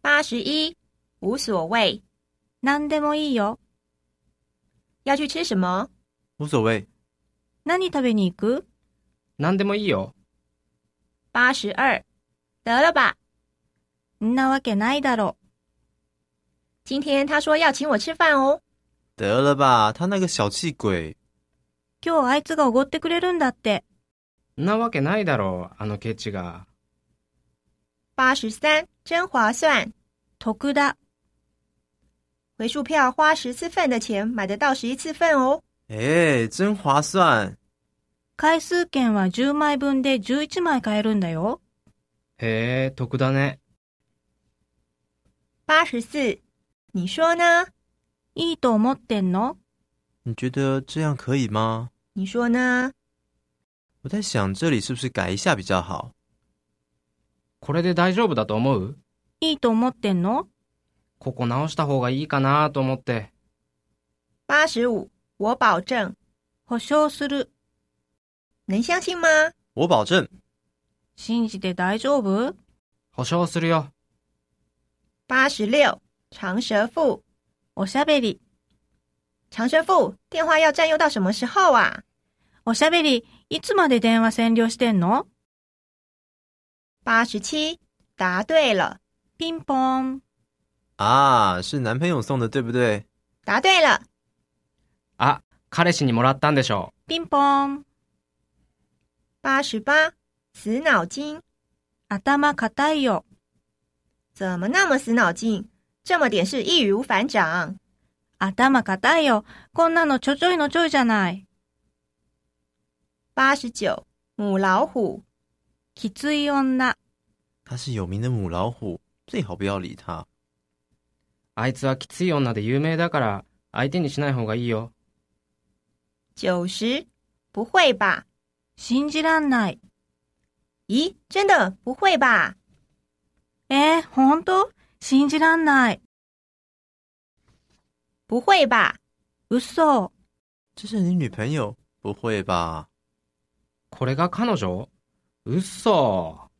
八十一，无所谓。何でもいいよ。要去吃什么？无所谓。何食べに行く何でもいいよ。八十二，得了吧。んなわけないだろ。今天他说要请我吃饭哦。得了吧，他那个小气鬼。今日あいつがおごってくれるんだって。んなわけないだろう、あのケチが。八十三，真划算。得だ。回数票花十次份的钱买得到十一次份哦。哎，真划算！回数券は10枚分で11枚買えるんだよ。へえ、得だね。八十四，你说呢？いいと思ってんの你觉得这样可以吗？你说呢？我在想这里是不是改一下比较好？これで大丈夫だと思ういいと思ってんのここ直した方がいいかなと思って。八十五，我保证，保証する。能相信吗？我保证。信じて大丈夫保証するよ。八十六，长舌妇，おしゃべり。长舌妇，电话要占用到什么时候啊？おしゃべり、いつまで電話占領してんの八十七，答对了，ピンポーン。啊，是男朋友送的，对不对？答对了。あ、彼氏にもらったんでしょピンポーン。八十八，死脑筋，頭固いよ。怎么那么死脑筋？这么点事易如反掌。頭固いよ。こんなのちょちょいのちょいじゃない。八十九，母老虎，きつい女。他是有名的母老虎，最好不要理他。う。あいつはきつい女で有名だから、相手にしない方がいいよ。九十，不会吧？信じらんない。咦，真的不会吧？えー、ほんと信じらんない。不会吧？嘘。这是你女朋友？不会吧？これが彼女うっそ